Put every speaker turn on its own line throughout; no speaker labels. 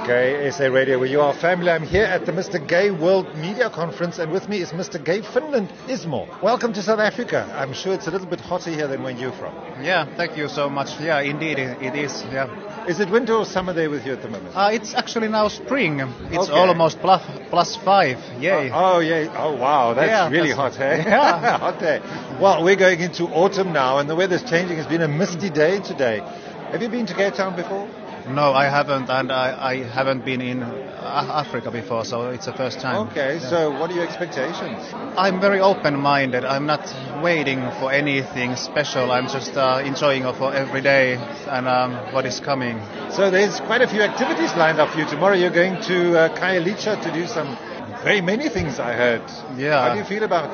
Okay, SA Radio, where you are family. I'm here at the Mr. Gay World Media Conference, and with me is Mr. Gay Finland Ismo. Welcome to South Africa. I'm sure it's a little bit hotter here than where you're from.
Yeah, thank you so much. Yeah, indeed, it it is. Yeah,
Is it winter or summer there with you at the moment?
uh, it's actually now spring. It's
Okay.
almost plus plus five. Yay!
Oh yeah! Oh wow! That's
Yeah,
really
that's-
hot, eh?
Yeah.
hot day. Well, we're going into autumn now, and the weather's changing. It's been a misty day today. Have you been to Cape Town before?
No, I haven't, and I, I haven't been in uh, Africa before, so it's the first time.
Okay. So, what are your expectations?
I'm very open-minded. I'm not waiting for anything special. I'm just uh, enjoying of every day and um, what is coming.
So, there's quite a few activities lined up for you tomorrow. You're going to uh, Kailicha to do some very many things. I heard.
Yeah.
How do you feel about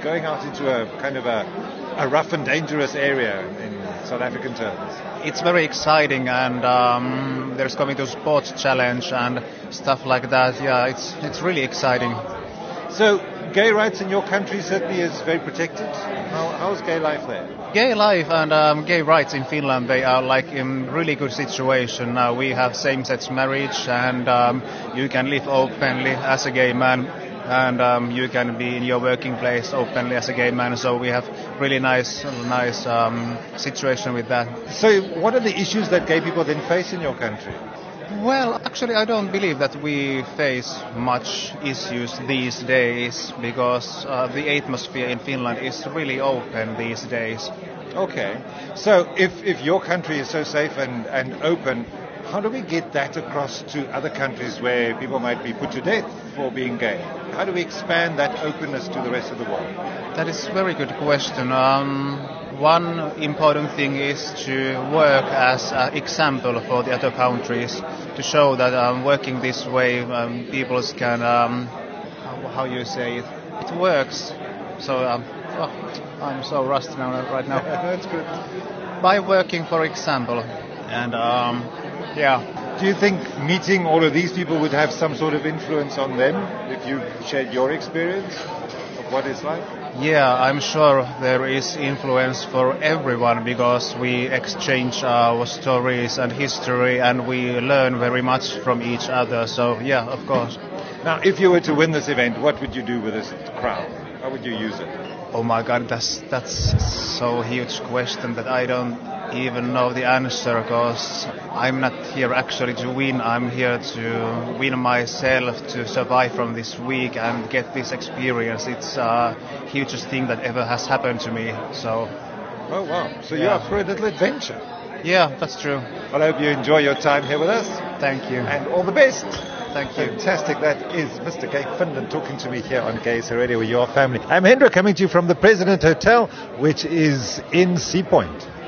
going out into a kind of a, a rough and dangerous area in South African terms?
It's very exciting, and um, there's coming to sports challenge and stuff like that. Yeah, it's it's really exciting.
So, gay rights in your country certainly is very protected. How, how's gay life there?
Gay life and um, gay rights in Finland, they are like in really good situation now. We have same-sex marriage and um, you can live openly as a gay man and um, you can be in your working place openly as a gay man. So we have really nice, nice um, situation with that.
So, what are the issues that gay people then face in your country?
Well, actually, I don't believe that we face much issues these days because uh, the atmosphere in Finland is really open these days.
Okay. So, if, if your country is so safe and, and open, how do we get that across to other countries where people might be put to death for being gay? How do we expand that openness to the rest of the world?
That is a very good question. Um, one important thing is to work as an example for the other countries to show that um, working this way, um, people can, um, how, how you say it, it works. So um, oh, I'm so rusty now, right now.
That's good.
By working, for example, and um, yeah.
Do you think meeting all of these people would have some sort of influence on them if you shared your experience of what it's like?
Yeah, I'm sure there is influence for everyone because we exchange our stories and history and we learn very much from each other. So, yeah, of course.
Now, if you were to win this event, what would you do with this crowd? How would you use it?
Oh my god, that's that's so huge question that I don't even know the answer because I'm not here actually to win. I'm here to win myself to survive from this week and get this experience. It's uh, hugest thing that ever has happened to me. So,
Oh, wow. So
Yeah.
you're up for a little adventure.
yeah, that's true.
Well, I hope you enjoy your time here with us
Thank you.
and all the best.
Thank you.
Fantastic. That is Mr. Gay Finland talking to me here on Gay Radio with your family. I'm Hendra coming to you from the President Hotel, which is in Sea Point.